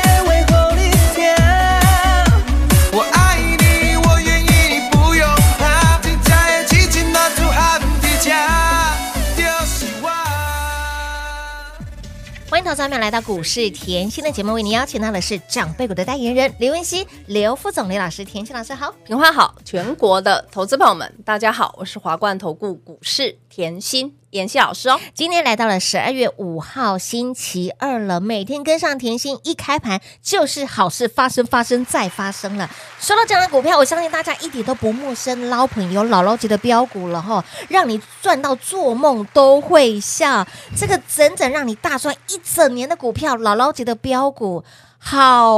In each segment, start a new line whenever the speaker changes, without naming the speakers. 安慰后离别。我爱你，我愿意，你不用怕。你在激情那土喊的家，就是我。
欢迎投资者们来到股市甜心的节目，为您邀请到的是长辈股的代言人刘文熙、刘副总、刘老师、甜心老师好。
平花好，全国的投资朋友们，大家好，我是华冠投顾股市甜心妍希老师哦。
今天来到了十二月五号星期二了，每天跟上甜心一开盘就是好事发生，发生再发生了。说到这样的股票，我相信大家一点都不陌生，老朋友、姥姥级的标股了哈，让你赚到做梦都会笑。这个整整让你大赚一整年的股票，姥姥级的标股，好。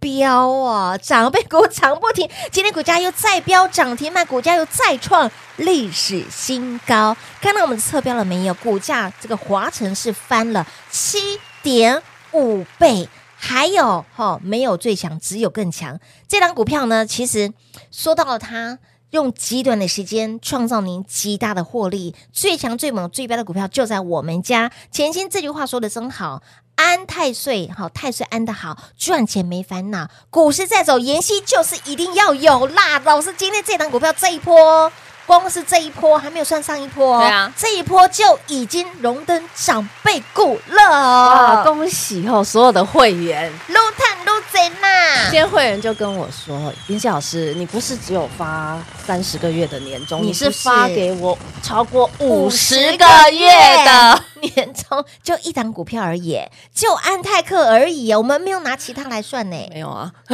飙啊！长辈股涨不停，今天股价又再飙涨停板，股价又再创历史新高。看到我们的侧标了没有？股价这个华晨是翻了七点五倍。还有哈、哦，没有最强，只有更强。这档股票呢，其实说到了它。用极短的时间创造您极大的获利，最强、最猛、最标的股票就在我们家。甜心这句话说的真好，安太岁好，太岁安的好，赚钱没烦恼，股市在走，妍希就是一定要有啦。老师，今天这档股票这一波，光是这一波还没有算上一波哦，
对啊
这一波就已经荣登长辈股了。
恭喜哦，所有的会员，
撸探撸贼
今
呐，
天会员就跟我说，林夕老师，你不是只有发三十个月的年终，
你
你
不
是
是
发给我超过五十
50
个月的。
年终就一档股票而已，就安泰克而已，哦我们没有拿其他来算呢。
没有啊，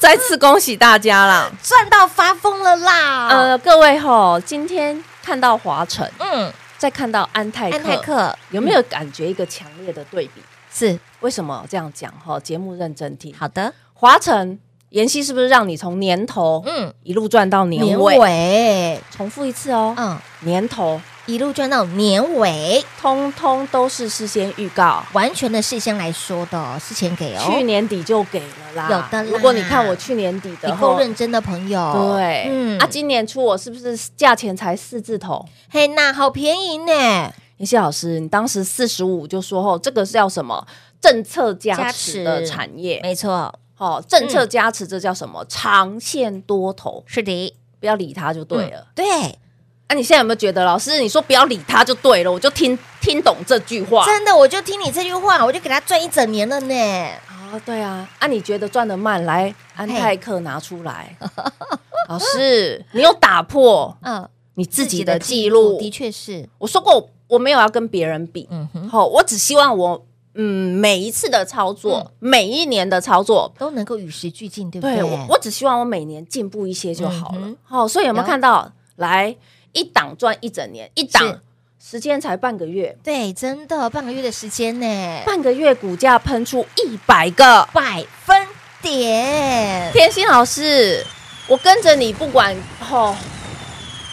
再次恭喜大家啦！
赚到发疯了啦！
呃，各位吼，今天看到华晨，
嗯，
再看到安泰克，
安泰克
有没有感觉一个强烈的对比？
是
为什么这样讲？哈，节目认真听。
好的，
华晨，妍希是不是让你从年头
嗯，
一路赚到年
年
尾？
尾，
重复一次哦，
嗯，
年头
一路赚到年尾，
通通都是事先预告，
完全的事先来说的哦，事前给
去
哦。
年底就给了啦。
有的啦
如果你看我去年底的
你
话，
够认真的朋友，嗯
对，啊，今年初我是不是价钱才四字头？
嘿娜好便宜呢，
林夕老师，你当时四十五就说哦，这个是叫什么政策加持
加
的
持
产业？
没错，
哦，政策加持这叫什么？长线多头，
是的，
不要理它就对了。
对，
那、啊你现在有没有觉得，老师你说不要理它就对了，我就听听懂这句话
真的，我就听你这句话，我就给他赚一整年了呢。
啊？对啊，啊，你觉得赚的慢，来安
嘿
泰克拿出 来，老师，你有打破
嗯，
你自己的记
自己的
录
的。确是，
我说过，我没有要跟别人比，
嗯哼，
好、我只希望我嗯每一次的操作，每一年的操作，
都能够与时俱进，嗯对不
对
对？
我我只希望我每年进步一些就好
嗯
了
哼。
好、所以有没有
有
看到？来一档赚一整年，一档
是
时间才半个月，
对，真的半个月的时间呢，
半个月股价喷出一百个。
百分点。
天心老师，我跟着你不管吼、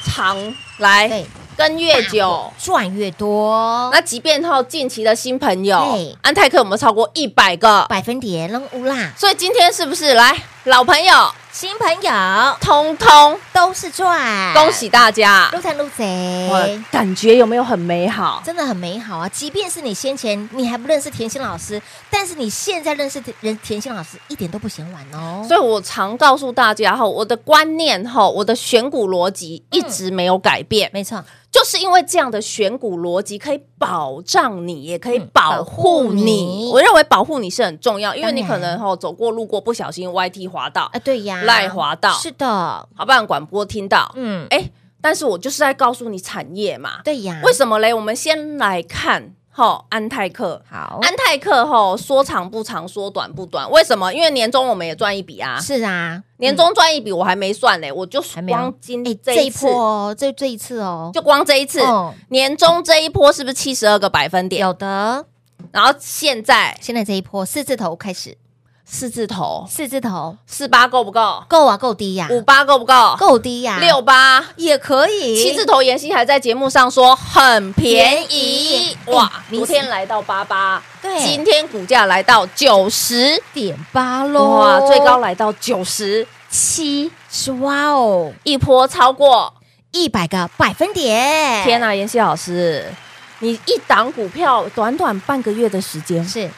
长来
对，
跟越久。
赚越多，
那即便后近期的新朋
嘿
友，安泰克有没有超过一百个？
百分点扔乌啦，
所以今天是不是来老朋友，
新朋友
通通
都是赚，
恭喜大家！
撸探撸
哇
贼。
感觉有没有很美好？
真的很美好啊！即便是你先前你还不认识甜心老师，但是你现在认识人甜心老师一点都不嫌晚哦。
所以我常告诉大家哈，我的观念哈，我的选股逻辑一直没有改变，
没错，
就是因为这样的选股逻辑可以保障你，也可以
嗯
保
保
护
护
你。
你嗯
我认为保护你是很重要，因为你
当然
可能哈走过路过不小心 YT 滑到
啊，，对呀，
赖滑道
是的，
好不然广播听到，
嗯，
哎，但是我就是在告诉你产业嘛，
对呀，
为什么嘞？我们先来看哈安泰克。
好？
安泰克吼，说长不长，说短不短。为什么？因为年终我们也赚一笔啊，
是啊，
年终赚一笔我还没算嘞，我就
还没有
光今
哎
这
这
一
一
次
波哦，这这一次哦，
就光这一次，
哦
年终这一波是不是七十二个百分点？
有的，
然后现在
现在这一波四字头开始，
四字头，
四字头
四八够不够？
够啊，够低呀、
五八够不够？
够啊低呀、
六八
也可以，
七字头，妍希还在节目上说很便
便宜
宜哇
哎，
昨天来到八八，
对
今天股价来到九十，
点八喽，
哇，最高来到九十，
七十哇哦，
一波超过，
一百个百分点，
天呐、妍希老师，你一档股票短短半个月的时间
是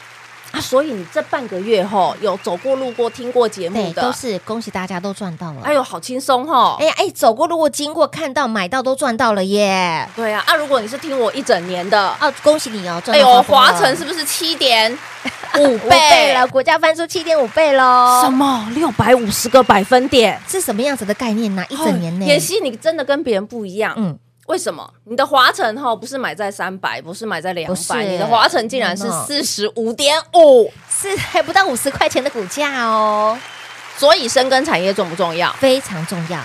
啊，所以你这半个月吼有走过路过听过节目
对，
的
都，是恭喜大家都赚到了。
哎呦，好轻松吼
啊哎。呀，哎，走过路过经过看到买到都赚到了耶！
对啊，啊，如果你是听我一整年的，
哦，恭喜你哦，赚
哎
到
呦，
高峰了
华晨是不是七点五
五倍
倍
了？股价翻出七点五倍喽！
什么六百五十个百分点？
是什么样子的概念呢、一整年呢？
妍希，哦你真的跟别人不一样。
嗯，
为什么？你的华晨哈不是买在三百，不是买在两
不是
百，你的华晨竟然是
没有
四十五点五，
是还不到五十块钱的股价哦，
所以深耕产业重不重要？
非常重要，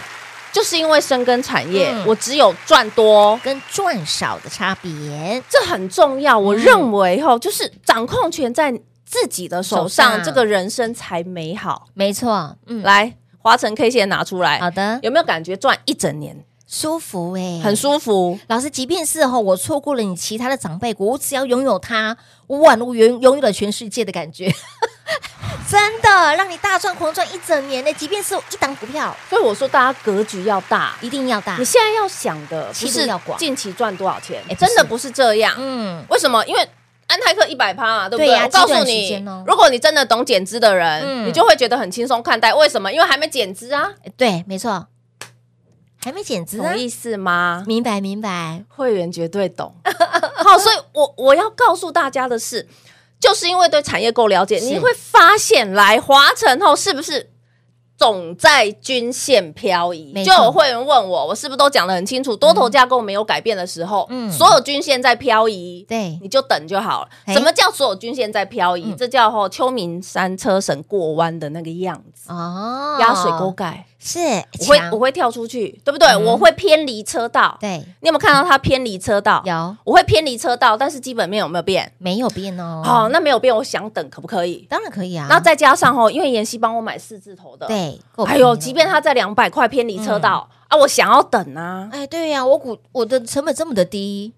就是因为深耕产业，
嗯
我只有赚多，
跟赚少的差别。
这很重要。我认为哈，就是掌控权在自己的手
手
上，
上
这个人生才美好。
没错，嗯，
来，华晨 K 线拿出来，
好的，
有没有感觉赚一整年
舒服哎、
很舒服？
老师，即便是吼我错过了你其他的长辈股，我只要拥有它，我宛如拥拥有了全世界的感 觉。真的，让你大赚狂赚一整年呢！即便是一档股票，
所以我说，大家格局要大。
一定要大
你。现在要想的
气
不
度
是
要广
近期赚多少钱
哎，不是
真的不是这样。
嗯，
为什么？因为安泰克一百趴嘛，对不
对
对？
呀
我告诉
这段时
你
间哦，
如果你真的懂减资的
嗯
人，你就会觉得很轻松看待。为什么？因为还没减资啊，
哎对，没错，还没减资啊
懂？意思吗？
明白，明白。
会员绝对懂。 好，所以我我要告诉大家的是，就是因为对产业够了解，
是
你会发现来华晨后是不是？总在均线漂移
没，
就
错
有会员问我，我是不是都讲得很清楚？多头架构没有改变的时候，
嗯
所有均线在漂移，
对
你就等就好了。
哎
什么叫所有均线在漂移？
嗯
这叫吼秋名山车神过弯的那个样子，
哦，
压水沟盖，
是
我会
强
我会跳出去，对不对？
嗯
我会偏离车道，
对
你有没有看到它偏离车道？
有
我会偏离车道，但是基本面有没有变？
没有变哦？
哦，那没有变，我想等可不可以？
当然可以啊。
然后再加上哦，因为妍希帮我买四字头的，，
对，够
哎
便宜
呦，
了嗯
即便它在两百块偏离车道啊，我想要等啊，
哎对呀，我股我的成本这么的低，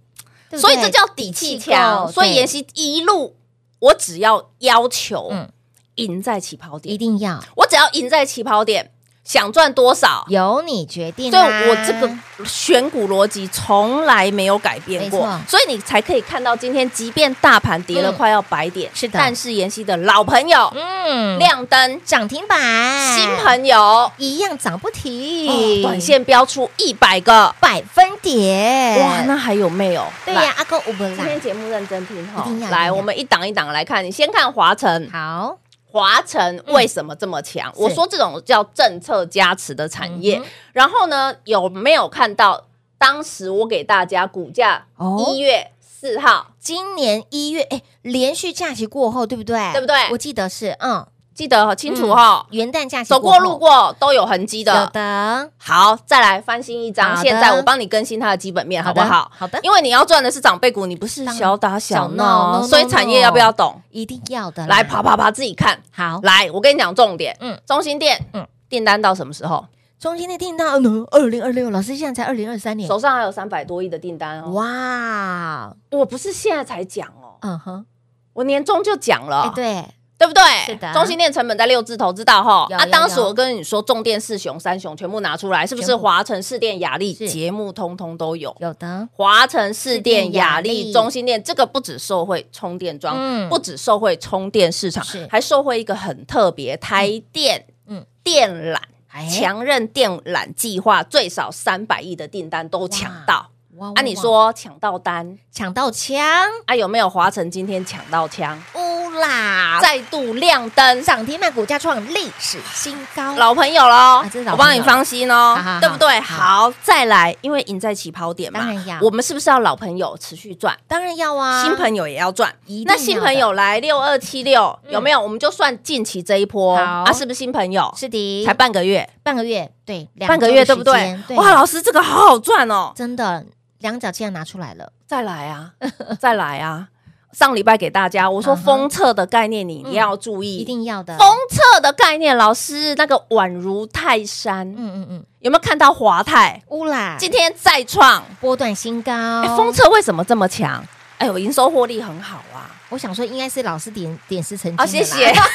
对不
所以
对
这叫底气强。
够
所以
嗯对
妍希一路，我只要要求
嗯
赢在起跑
一
点，
定要
我只要赢在起跑点，想赚多少。
由你决定啊
所以
啦。
我这个选股逻辑从来没有改变过
没错，
所以你才可以看到今天，即便大盘跌了
嗯
快要百点，
是的
但是妍希的老朋友
嗯
亮灯，
涨停板，
新朋友，
一样涨不停，
哦短线标出一百个，
百分点，
哇，那还有没有？
对
来
呀，，阿公五本
今天
啦，
节目认真听
一
哈
定要，一定
来，
要
我们一档一档来看，你先看华晨，
好，嗯
华晨为什么这么强？我
是
说这种叫政策加持的产业
嗯，
然后呢，有没有看到当时我给大家股价
哦
一月四号，
今年一月，哎，连续假期过后，对不对？
对不对
我记得是，嗯，
记得很清楚哈，
元旦假期
走过
后
路过都有痕
嗯
迹
有
的。
的，
好，再来翻新一
好
张，
的
现在我帮你更新它的基本面，好不
的
好？
好的，
因为你要赚的是长辈股，你不是
当然
小打小
小闹
闹，
no,
所以
no,
产
no
业要不要懂？
一定要的啦，
来爬爬爬，自己看。
好，
来，我跟你讲重点，
嗯
嗯，中心店，
嗯
嗯，订单到什么时候？
中心的订单，嗯，二零二六，老师现在才二零二三年，
手上还有三百多亿的订单哦。
哇，
我不是现在才讲哦，
嗯哼，
我年终就讲了
哎，，对，
对不对？
是的
中心店成本在六字头，知道哈？
有
啊，
有
当时
有
我跟你说，重电四雄、三雄全部拿出来，是不是？
全部
华晨、市电、雅力
是
节目通通都有。
有的，
华晨市
市电
电、
雅
雅
力
力、中心店，这个不止受惠充电桩，
嗯
不止受惠充电市场
是，
还受惠一个很特别台电，
嗯嗯
电缆
哎
强韧电缆计划，最少三百亿的订单都抢到。
哇
啊，你说抢到单
抢到枪，
啊，有没有华晨今天抢到枪，
乌啦，
再度亮灯？
涨停板股价创历史新高，
啊老朋友喽
这是，老
我
朋友
帮你放心哦
好好好，
对不对？
好
好，再来，因为赢在起跑点嘛
当然要，
我们是不是要老朋友持续赚？
当然要啊，
新朋友也要嗯赚
一定。要
那
的
新朋友来六二七六有没有？我们就算近期这一波
好
啊，是不是新朋友？
是的，
才半个月，
半个月，对，两
半个
周
月
的
对不
时
对
间？对，
哇，老师这个 好好赚哦！
真的两脚竟然拿出来了，
再来啊，再来啊！上礼拜给大家，我
嗯
说
哼
封测的概念你
嗯
要注意，
一定要的。
封测的概念，老师那个宛如泰山，
嗯嗯嗯，
有没有看到华泰
乌啦，
今天再创？
波段新高
哎，，封测为什么这么强？哎呦，营收获利很好啊！
我想说应该是老师点点石成金。，
啊，谢谢。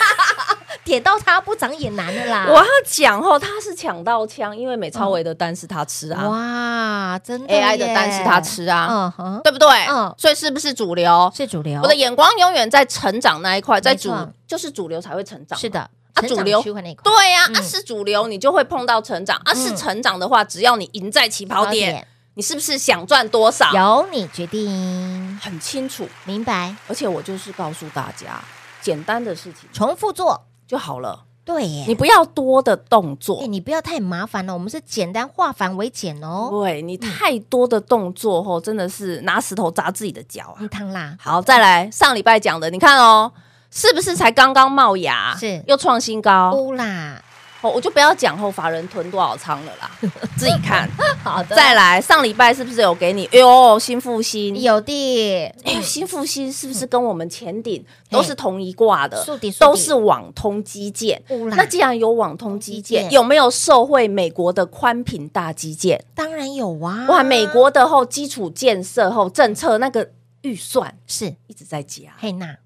点到它不涨也难的啦。
我要讲哦，他是抢到枪，因为美超维的单是他吃啊
哇，真的
，AI
耶
的单是他，吃啊，
嗯哼，
对不对
嗯？
所以是不是主流？
是主流。
我的眼光永远在成长那一块，在主
错
就是主流才会成长嘛，
是的，
啊
成
主
长
流
区块那一块
对呀、啊，
嗯
是主流，你就会碰到成长；啊，是
嗯
成长的话，只要你赢在起跑
高
点，你是不是想赚多少？
由你决定，
很清楚，
明白？
而且我就是告诉大家，简单的事情
重复做，
就好了，
对耶。
你不要多的
哦
动
哎，
作。
你不要太麻烦了，我们是简单化繁为简哦。嗯
对你太多的动作后，真的是拿石头砸自己的脚啊
你！烫啦，
好，再来上礼拜讲的，你看哦，是不是才刚刚冒芽，
是
又创新高？
乌啦，
哦，我就不要讲后法人囤多少仓了 啦，自己看。
好的
再来，上礼拜是不是有给你？哎呦，新复兴，
有的，
哎呦，新复兴是不是跟我们前顶
嗯
都是同一挂的
速底速？底
都是网通基建。
乌啦，
那既然有网通基
基
建，
建
有没有受惠美国的宽频大基建？
当然有啊哇，
哇，美国的后基础建设后政策那个预算
是
一直在加，
嘿娜，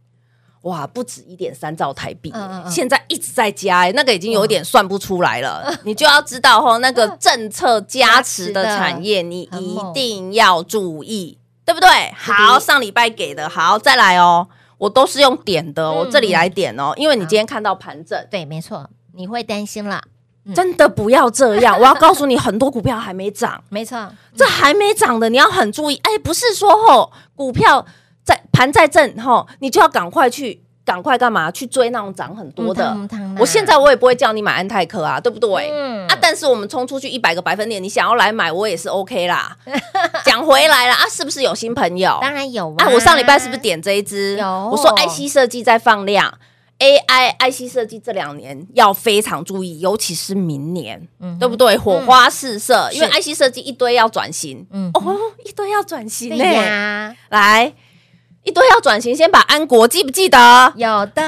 哇，不止一点三兆台币耶，
嗯嗯嗯
现在一直在加、哎，那个已经有点算不出来了。你就要知道吼，那
嗯
个政策加持的产业，你
很
一
猛
定要注意，对不对？好，上礼拜给的，好，再来哦。我都是用点的哦，
嗯
我这里来点哦，因为你今天看到盘整，
对，没错，你会担心啦，嗯
真的不要这样。我要告诉你，很多股票还没涨，
没错，
这还没涨的，你要很注意。哎，不是说吼股票在盘在震吼，你就要赶快去，赶快干嘛？去追那种涨很多的。
嗯汤嗯汤啦
我现在我也不会叫你买安泰科啊，对不对？
嗯
啊，但是我们冲出去一百个百分点，你想要来买，我也是 OK 啦。讲回来了啊，是不是有新朋友？
当然有哇
啊，我上礼拜是不是点这一支？
有
我说 IC 设计在放量，AI IC 设计这两年要非常注意，尤其是明年，
嗯哼
对不对？火花四射，
是
因为 IC 设计一堆要转型，
嗯
哦，一堆要转型
对
呢、
呀，
来，一堆要转型，先把安国记不记得？安
有的，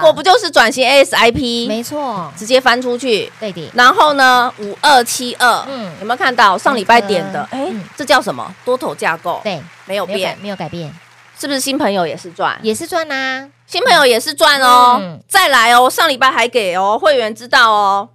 国不就是转型 ASIP，
没错，
直接翻出去。
对的，
然后呢，五二七二，
嗯
有没有看到上礼拜点的？
嗯
哎，这叫什么？多头架构，，
对，
没有
没有
变
改，，没有改变，
是不是新朋友也是赚？
也是赚啊啦，
新朋友也是赚哦，
嗯
再来哦，上礼拜还给哦会员知道哦，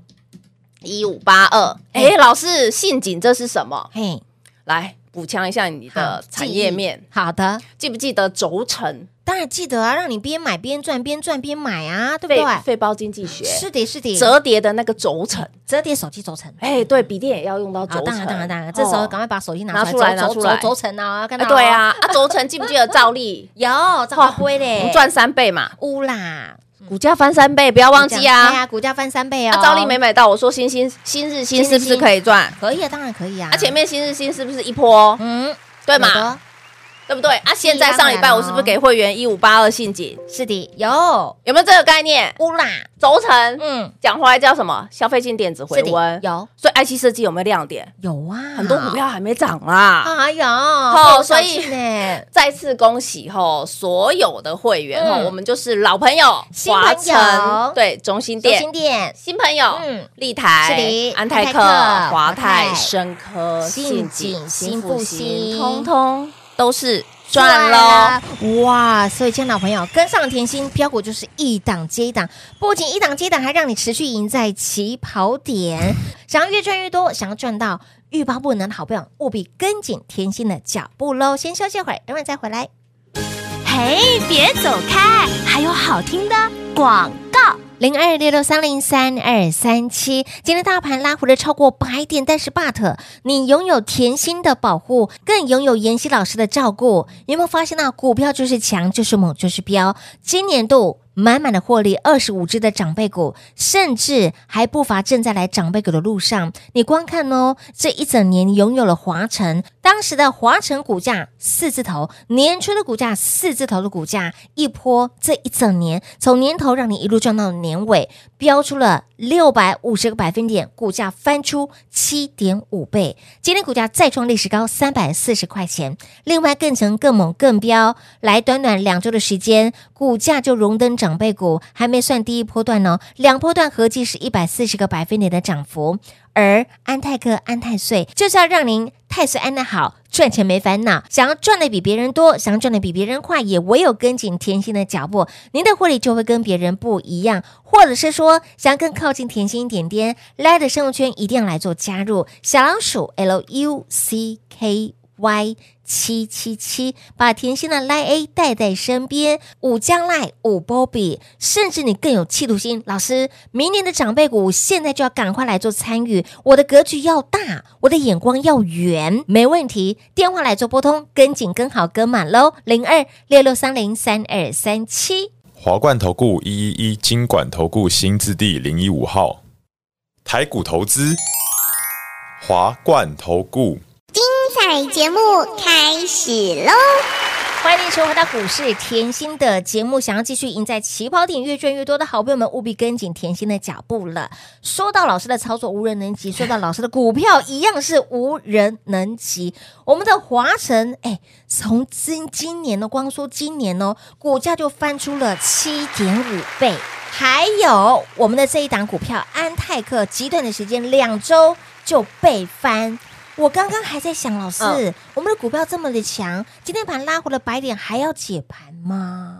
一五八二，哎，老师，陷阱这是什么？
嘿，
来补强一下你
好
的产业面
记，忆好的，
记不记得轴承
当然记得啊，让你边买边赚，边赚边买啊，对不
费
对？
费包经济学
是的，是的，
折叠的那个轴承？
折叠手机轴承。
哎，对，笔电也要用到
啊，
轴
当
承，
然当然当然，这时候
哦
赶快把手机拿
拿
出来，
出来
轴
拿出来
轴轴承啊，看
哎
到
对，啊，啊轴承记不记得照
？
例
有这么贵
我们
嘞，
赚三倍嘛，
乌啦，
股价翻三倍，不要忘记
对
啊！
嗯啊，股价翻三倍哦，
啊，照例没买到，我说新新新日新是不是可以赚？
可以啊，当然可以啊，
啊，前面新日新是不是一波？
嗯，
对
有
嘛？
的，
对不对？啊，现在
是一样
上
的
礼拜我是不是给会员一五八二信锦？
是的，有
有没有这个概念？
乌啦，
轴承
嗯，
讲回来叫什么？消费性电子回
是的
温，
有
所以 IC 设计有没有亮点？
有啊，
很多股票还没涨啦。
哎呦，
哦所
被
以
我小气呢，
再次恭喜吼，所有的会员吼，
嗯
我们就是老朋友，
新朋友
对中心
中
店
心店
新朋友，
嗯
立台、
是的
安泰克、
安泰克
华
华
泰、
泰
深科、
信
信
锦
景、
新
新
复
复
兴啊
兴，通通都是赚喽。
喽！哇，所以，亲爱的老朋友，跟上甜心标股就是一档接一档，不仅一档接一档，还让你持续赢在起跑点。想要越赚越多，想要赚到欲罢不能的好朋友，务必跟紧甜心的脚步喽！先休息会儿，等会再回来。
嘿，别走开，还有好听的广告。
零二六六三零三二三七。今天大盘拉回了超过百点，但是 but 你拥有甜心的保护，更拥有妍希老师的照顾。有没有发现到股票就是强，就是猛，就是飙？今年度。满满的获利，二十五只的长辈股，甚至还不乏正在来长辈股的路上。你光看哦，这一整年你拥有了华晨，当时的华晨股价四字头，年初的股价四字头的股价，一波这一整年，从年头让你一路赚到年尾，飙出了六百五十个百分点，股价翻出七点五倍。今天股价再创历史高三百四十块钱。另外，更强、更猛、更飙，来短短两周的时间，股价就荣登长辈股，还没算第一波段哦，两波段合计是一百四十个百分点的涨幅。而安泰克、安泰岁就是要让您太岁安的好，赚钱没烦恼。想要赚的比别人多，想要赚的比别人快，也唯有跟紧甜心的脚步，您的获利就会跟别人不一样。或者是说，想要更靠近甜心一点点，来的生活圈一定要来做加入，小老鼠 L U C K。Y 七七七，把甜心的 Line A 带在身边，五将赖五 Bobby，甚至你更有企图心。老师，明年的长辈股现在就要赶快来做参与，我的格局要大，我的眼光要远，没问题。电话来做拨通，跟紧跟好跟满喽，零二六六三零三二三七。
华冠投顾一一一金管投顾新字第零一五号，台股投资，华冠投顾。
彩节目开始喽！
欢迎收回到股市甜心的节目，想要继续赢在起跑点，越赚越多的好朋友们，务必跟紧甜心的脚步了。说到老师的操作无人能及，说到老师的股票一样是无人能及。我们的华晨，哎，从今今年呢，光说今年哦，股价就翻出了七点五倍。还有我们的这一档股票安泰克，极短的时间两周就被翻。我刚刚还在想，老师，
嗯
我们的股票这么的强，今天盘拉回了白点，还要解盘吗？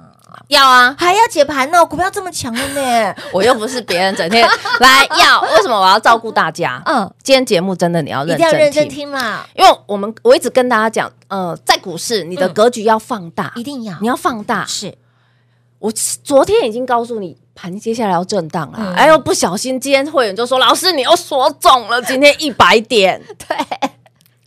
要啊，
还要解盘呢、股票这么强了呢。
我又不是别人，整天来要，为什么我要照顾大家？
嗯，
今天节目真的你要
一
认
定要认
真
真
听，
听啦，
因为我们我一直跟大家讲，呃，在股市你的
嗯
格局要放大，
一定要
你要放大。
是
我昨天已经告诉你，盘接下来要震荡了。
嗯
哎呦，不小心今天会员就说：“老师，你又说中了，今天一百点。
对，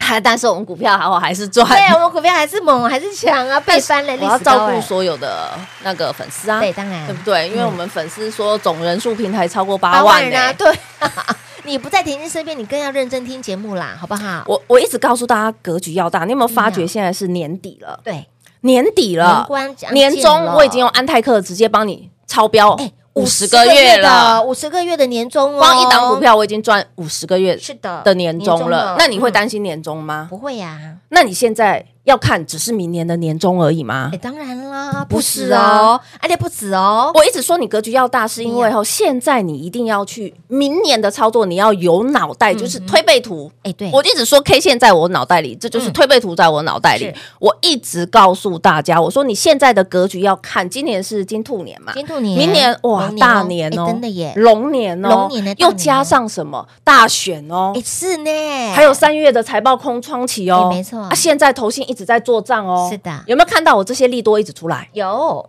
哎”但是我们股票还好，还是 赚。
对我们股票还是猛，还是强 啊，被翻了，
我
历
要
史高
照
哎
顾所有的那个粉丝啊，
对，当然
对不对？因为我们粉丝说总人数平台超过八
八
万欸
万人
呢
啊，。对。 你不在甜心身边，你更要认真听节目啦，好不好？
我我一直告诉大家格局要大，你有没有
一
发
定
觉
要
现在是年底了？
对，
年底
年
了，
关将
年
近
终
了
我已经用安泰克直接帮你超标
哎
五十个月了，，
五十个月的年终哦，
光一档股票我已经赚五十个月
是的
的年终了。那你会
嗯
担心年终吗？
不会呀、
那你现在要看只是明年的年终而已吗
哎、？当然啦，
不
不
止
止哦，而且不止哦，
我一直说你格局要大，是因为
哎呀
哦，现在你一定要去明年的操作，你要有脑袋，就是推背图。
哎、对，
我一直说 K 线在我脑袋里，这就是
嗯
推背图在我脑袋里
是。
我一直告诉大家，我说你现在的格局要看，今年是金兔年嘛，
金兔年，
明年哇
龙
大
哦
年
哎
哦，
真的耶，
龙年哦，
龙年的大年哦
又加上什么大选哦
哎、，是呢，
还有三月的财报空窗期哦，
哎没错
啊，现在投信一直在做账哦，
是的
有没有看到我这些利多一直出来？
有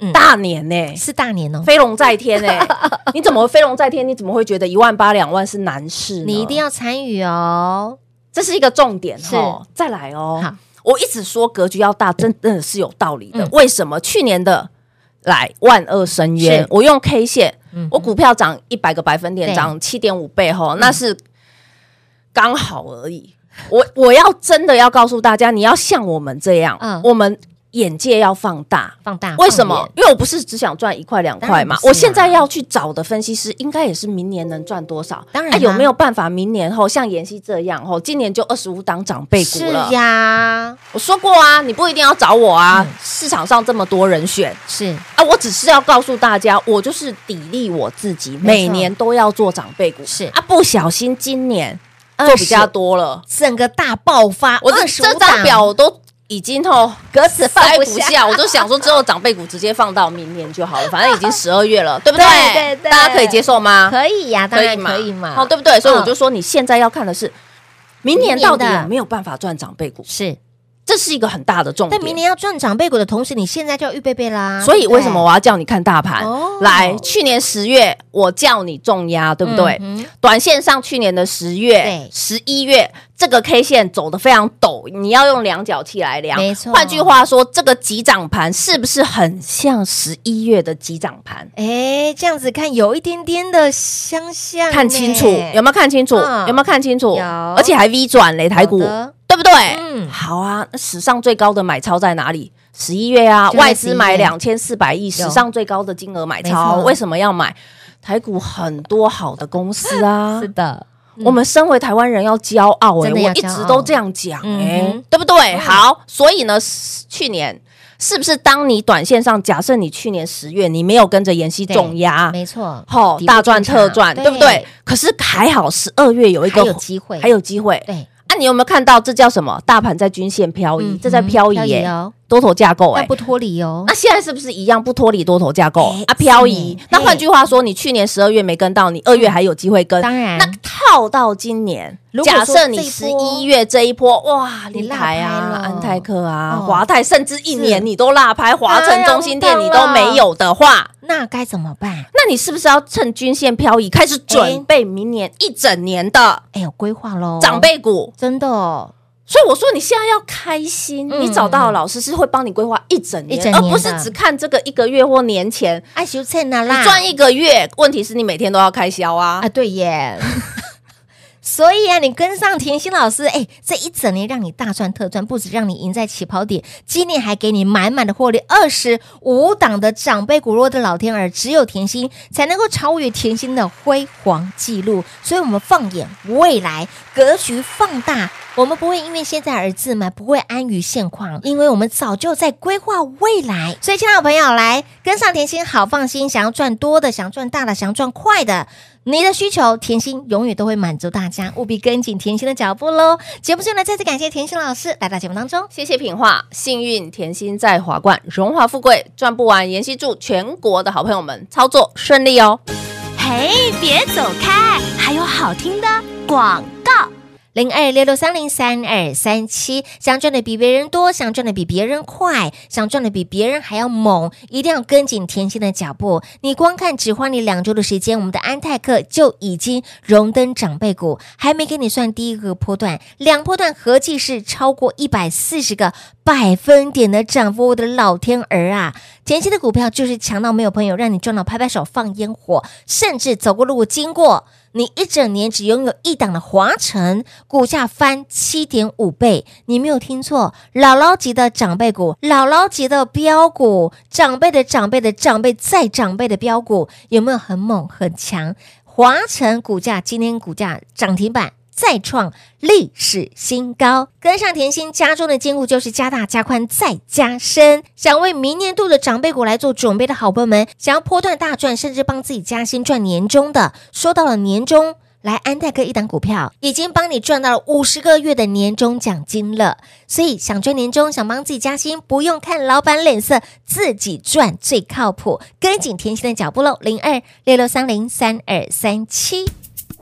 嗯
大年呢、
是大年哦，
飞龙在天哎、 你怎么会飞龙在天？你怎么会觉得一万八两万是难事呢？
你一定要参与哦，
这是一个重点哦。再来
好
哦，我一直说格局要大，真的是有道理的。
嗯
为什么去年的来万恶深渊
是？
我用 K 线，
嗯
我股票涨一百个百分点，
对嗯
涨七点五倍吼，那是刚好而已。我我要真的要告诉大家，你要像我们这样，
嗯
我们眼界要放大。
放大，
为什
放
么
眼？
因为我不是只想赚一块两
当
块
然
嘛
不，是啊
我现在要去找的分析师，应该也是明年能赚多少？
当然
啊
啦
有没有办法明年后像妍希这样后，今年就二十五档长辈股了
是？呀，嗯
我说过啊，你不一定要找我啊，市场上这么多人选
是
啊，我只是要告诉大家，我就是砥砺我自己，每年都要做长辈股，
是
啊，不小心今年做比较多了，
整个大爆发，
我这
25
这张
档
表我都已经吼
格子放
塞
不
不
下，
下，我就想说之后长辈股直接放到明年就好了，反正已经十二 月了，对不
对对对
大家可以接受吗？
可以呀、当
可
然
以嘛？
啊可以嘛，嗯
好，对不对？所以我就说你现在要看的是明年到底
明年的
有没有办法赚长辈股，
是，
这是一个很大的重点。
但明年要赚长辈股的同时，你现在就要预备备啦，
所以
对不对
为什么我要叫你看大盘
哦？
来，去年十月我叫你重压，对不对？
嗯哼
短线上去年的十
对
月、十一月，这个 K 线走的非常陡，你要用量角器来量。
没错
换句话说，这个急涨盘是不是很像十一月的急涨盘？
哎，这样子看有一点点的相像呢，
看清楚，有没有看清楚？
嗯
有没有看清楚？
有
而且还 V 转擂台股
有的，
对不对？
嗯
好啊，那史上最高的买超在哪里？十一月啊，
就在
外资买
11月
两千四百亿，史上最高的金额买
没
超，
错，
为什么要买？台股很多好的公司 啊
是的，
我们身为台湾人要骄傲
嗯
哎、
真的
我
要
一
骄傲
直都这样讲哎、
嗯哼
对不对？好，所以呢，是去年是不是当你短线上，假设你去年十月你没有跟着妍希
对
重压，
没错，
吼
底部
大赚
进
特
场
赚，对不对？？可是还好十二月有一
还
个
有机会，
还有机会。
对，
啊，你有没有看到这叫什么？大盘在均线漂移，
嗯
这在
哼
漂移耶、
哦，
多头架构哎、
但不脱离哦
那，现在是不是一样不脱离多头架构
哎
啊？漂移
是嗯哎。
那换句话说，你去年十二月没跟到，你二月还有机会跟。
当然
那套到今年
如，果说
假设你
这
十
一波
一月这一波，哇，
你
林
落
台
拍
啊
了、
安泰克啊、
哦
华泰，甚至一年你都落拍，华
哎
城
呀
中心店
我
你
懂
都
了
没有的话，
那该怎么办？
那你是不是要趁均线漂移开始准备明年一整年的
哎，有规划喽，
长辈股？
真的哦，
哦所以我说你现在要开心，
嗯
你找到的老师是会帮你规划一整
一
年，
整
而
年
不是
的
只看这个一个月或年前。
爱修趁呐啦，
你赚一个月，问题是你每天都要开销啊
啊，。对耶。所以啊，你跟上甜心老师，哎，这一整年让你大赚特赚，不止让你赢在起跑点，今年还给你满满的获利，二十五档的长辈股，若的老天儿，只有甜心才能够超越甜心的辉煌记录。所以，我们放眼未来，格局放大，我们不会因为现在而自满，不会安于现况，因为我们早就在规划未来。所以，亲爱的朋友，来跟上甜心，好放心。想要赚多的，想赚大的，想赚快的，你的需求，甜心永远都会满足大家，务必跟紧甜心的脚步喽。节目最后呢，再次感谢甜心老师来到节目当中。
谢谢品画，幸运甜心在华冠，荣华富贵赚不完。妍希祝全国的好朋友们操作顺利哦。
嘿，别走开，还有好听的广告。
零二六六三零三二三七，想赚的比别人多，想赚的比别人快，想赚的比别人还要猛，一定要跟紧甜心的脚步。你光看只花你两周的时间，我们的安泰克就已经荣登长辈股，还没给你算第一个波段，两波段合计是超过一百四十个百分点的涨幅，我的老天儿啊！甜心的股票就是强到没有朋友，让你赚到拍拍手、放烟火，甚至走过路过经过。你一整年只拥有一档的华晨，股价翻七点五倍，你没有听错，姥姥级的长辈股，姥姥级的标股，长辈的长辈的长辈再长辈的标股，有没有很猛很强？华晨股价今天股价涨停板。再创历史新高，跟上甜心家中的坚固就是加大、加宽、再加深。想为明年度的长辈股来做准备的好朋友们，想要波段大赚，甚至帮自己加薪赚年终的，说到了年终。来安泰克一档股票，已经帮你赚到了五十个月的年终奖金了。所以想赚年终，想帮自己加薪，不用看老板脸色，自己赚最靠谱。跟紧甜心的脚步喽，零二六六三零三二三七。